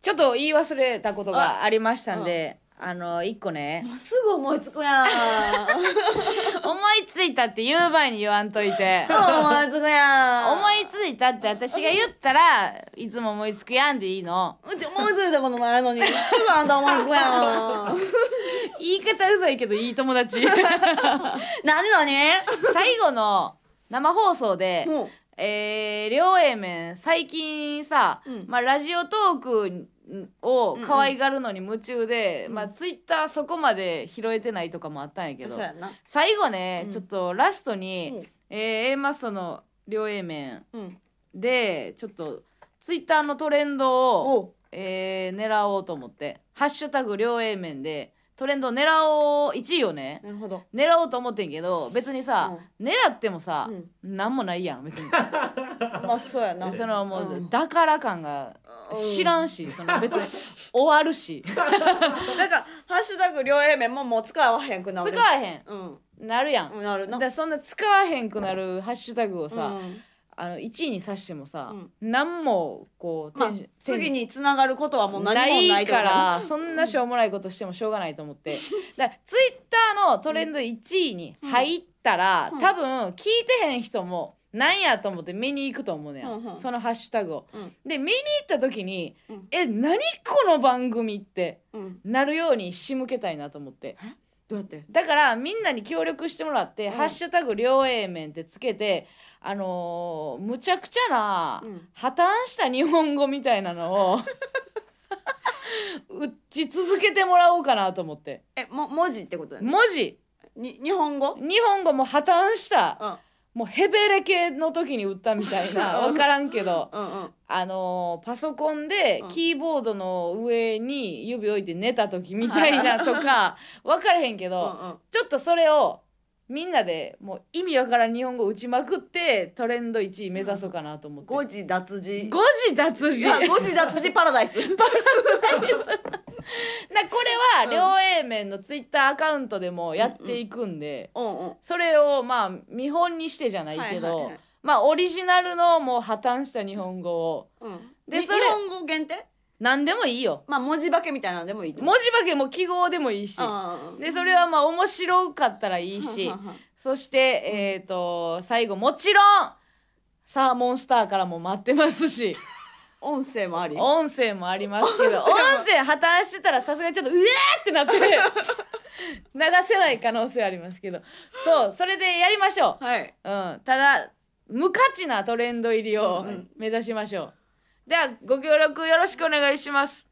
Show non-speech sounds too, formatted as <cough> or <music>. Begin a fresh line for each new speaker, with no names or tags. ちょっと言い忘れたことがありましたんで、あの、一個ね、
もうすぐ思いつくやん
<laughs> 思いついたって言う前に言わんとい <laughs> て。
思いつくやん
思いついたって私が言ったらいつも思いつくやんでいいの
うち思いついたことないのにすぐあんた思いつくやん
<laughs> 言い方うざいけどいい友達
何何
<laughs> 最後の生放送で、
もう
えー、両 A 面最近さ、
うん
まあ、ラジオトークを可愛がるのに夢中で、
うん
まあ、ツイッターそこまで拾えてないとかもあったんやけど
そうやな
最後ね、
うん
ちょっとラストに、
うん
えー A マッソの両 A 面
うん
でちょっとツイッターのトレンドを
おう
えー狙おうと思って「ハッシュタグ両 A 面」でトレンド狙おう1位をね
なるほど
狙おうと思ってんけど別にさ、狙ってもさ
う、ん
なんもないやん別に
まあそうやな
そのもう、
うん
だから感が知ら
ん
んし、その別に終わるし
だから「ハッシュタグ両 A 面」ももう使わへんく <laughs> な
使
る
わへ
うん
んなるやん、
うんなる
だ
な
からそんな使わへんくなるハッシュタグをさ、
うん
あの1位にさしてもさ、
うん
なんもこう、
まあ
テンション
次に繋がることはもう
な
何もない
い
ってこ
か
とやな
らそんなしょうもないことしてもしょうがないと思ってだからツイッターのトレンド1位に入ったら、
うん
多分聞いてへん人もなんやと思って見に行くと思うねや、
うんうん
そのハッシュタグを。
うん
で見に行った時に「
うん
え何この番組」って
うん
なるように仕向けたいなと思って。
どうやって
だからみんなに協力してもらって「
うん
ハッシュタグ両 A 面」ってつけてあのーむちゃくちゃな、
うん
破綻した日本語みたいなの
<laughs>
を打ち続けてもらおうかなと思って
えも文字ってことやな
文字
に日本語
日本語も破綻した
うん
もうヘベレ系の時に打ったみたいな
うん
分からんけど
うんうん
あのーパソコンで
うん
キーボードの上に指置いて寝た時みたいなとか <laughs> 分からへんけ
う
ど
ん
ちょっとそれをみんなでもう意味わからん日本語打ちまくってトレンド1位目指そうかなと思って。
誤字脱字
誤字脱字
あ誤字脱字パラ
<laughs>
ダイス
なこれは両 A 面のツイッターアカウントでもやっていくんで、
うんうん
それをまあ見本にしてじゃないけど、
はいはいはい
まあオリジナルのもう破綻した日本語を
うん
で
で
そ
日
れ
本語限定
何でもいいよ
まあ文字化けみたいなのでもいいってこ
文字化けも記号でもいいし
とうんうん
でそれはまあ面白かったらいいし
はんはんはん
そしてえっ、と最後もちろんサーモンスターからも待ってますし
音声もあり
音声もありますけど音声破綻してたらさすがにちょっとうえーってなって <laughs> 流せない可能性ありますけどそうそれでやりましょ
はい。
う、うん、ただ無価値なトレンド入りを
うんうん
目指しましょう、ではご協力よろしくお願いします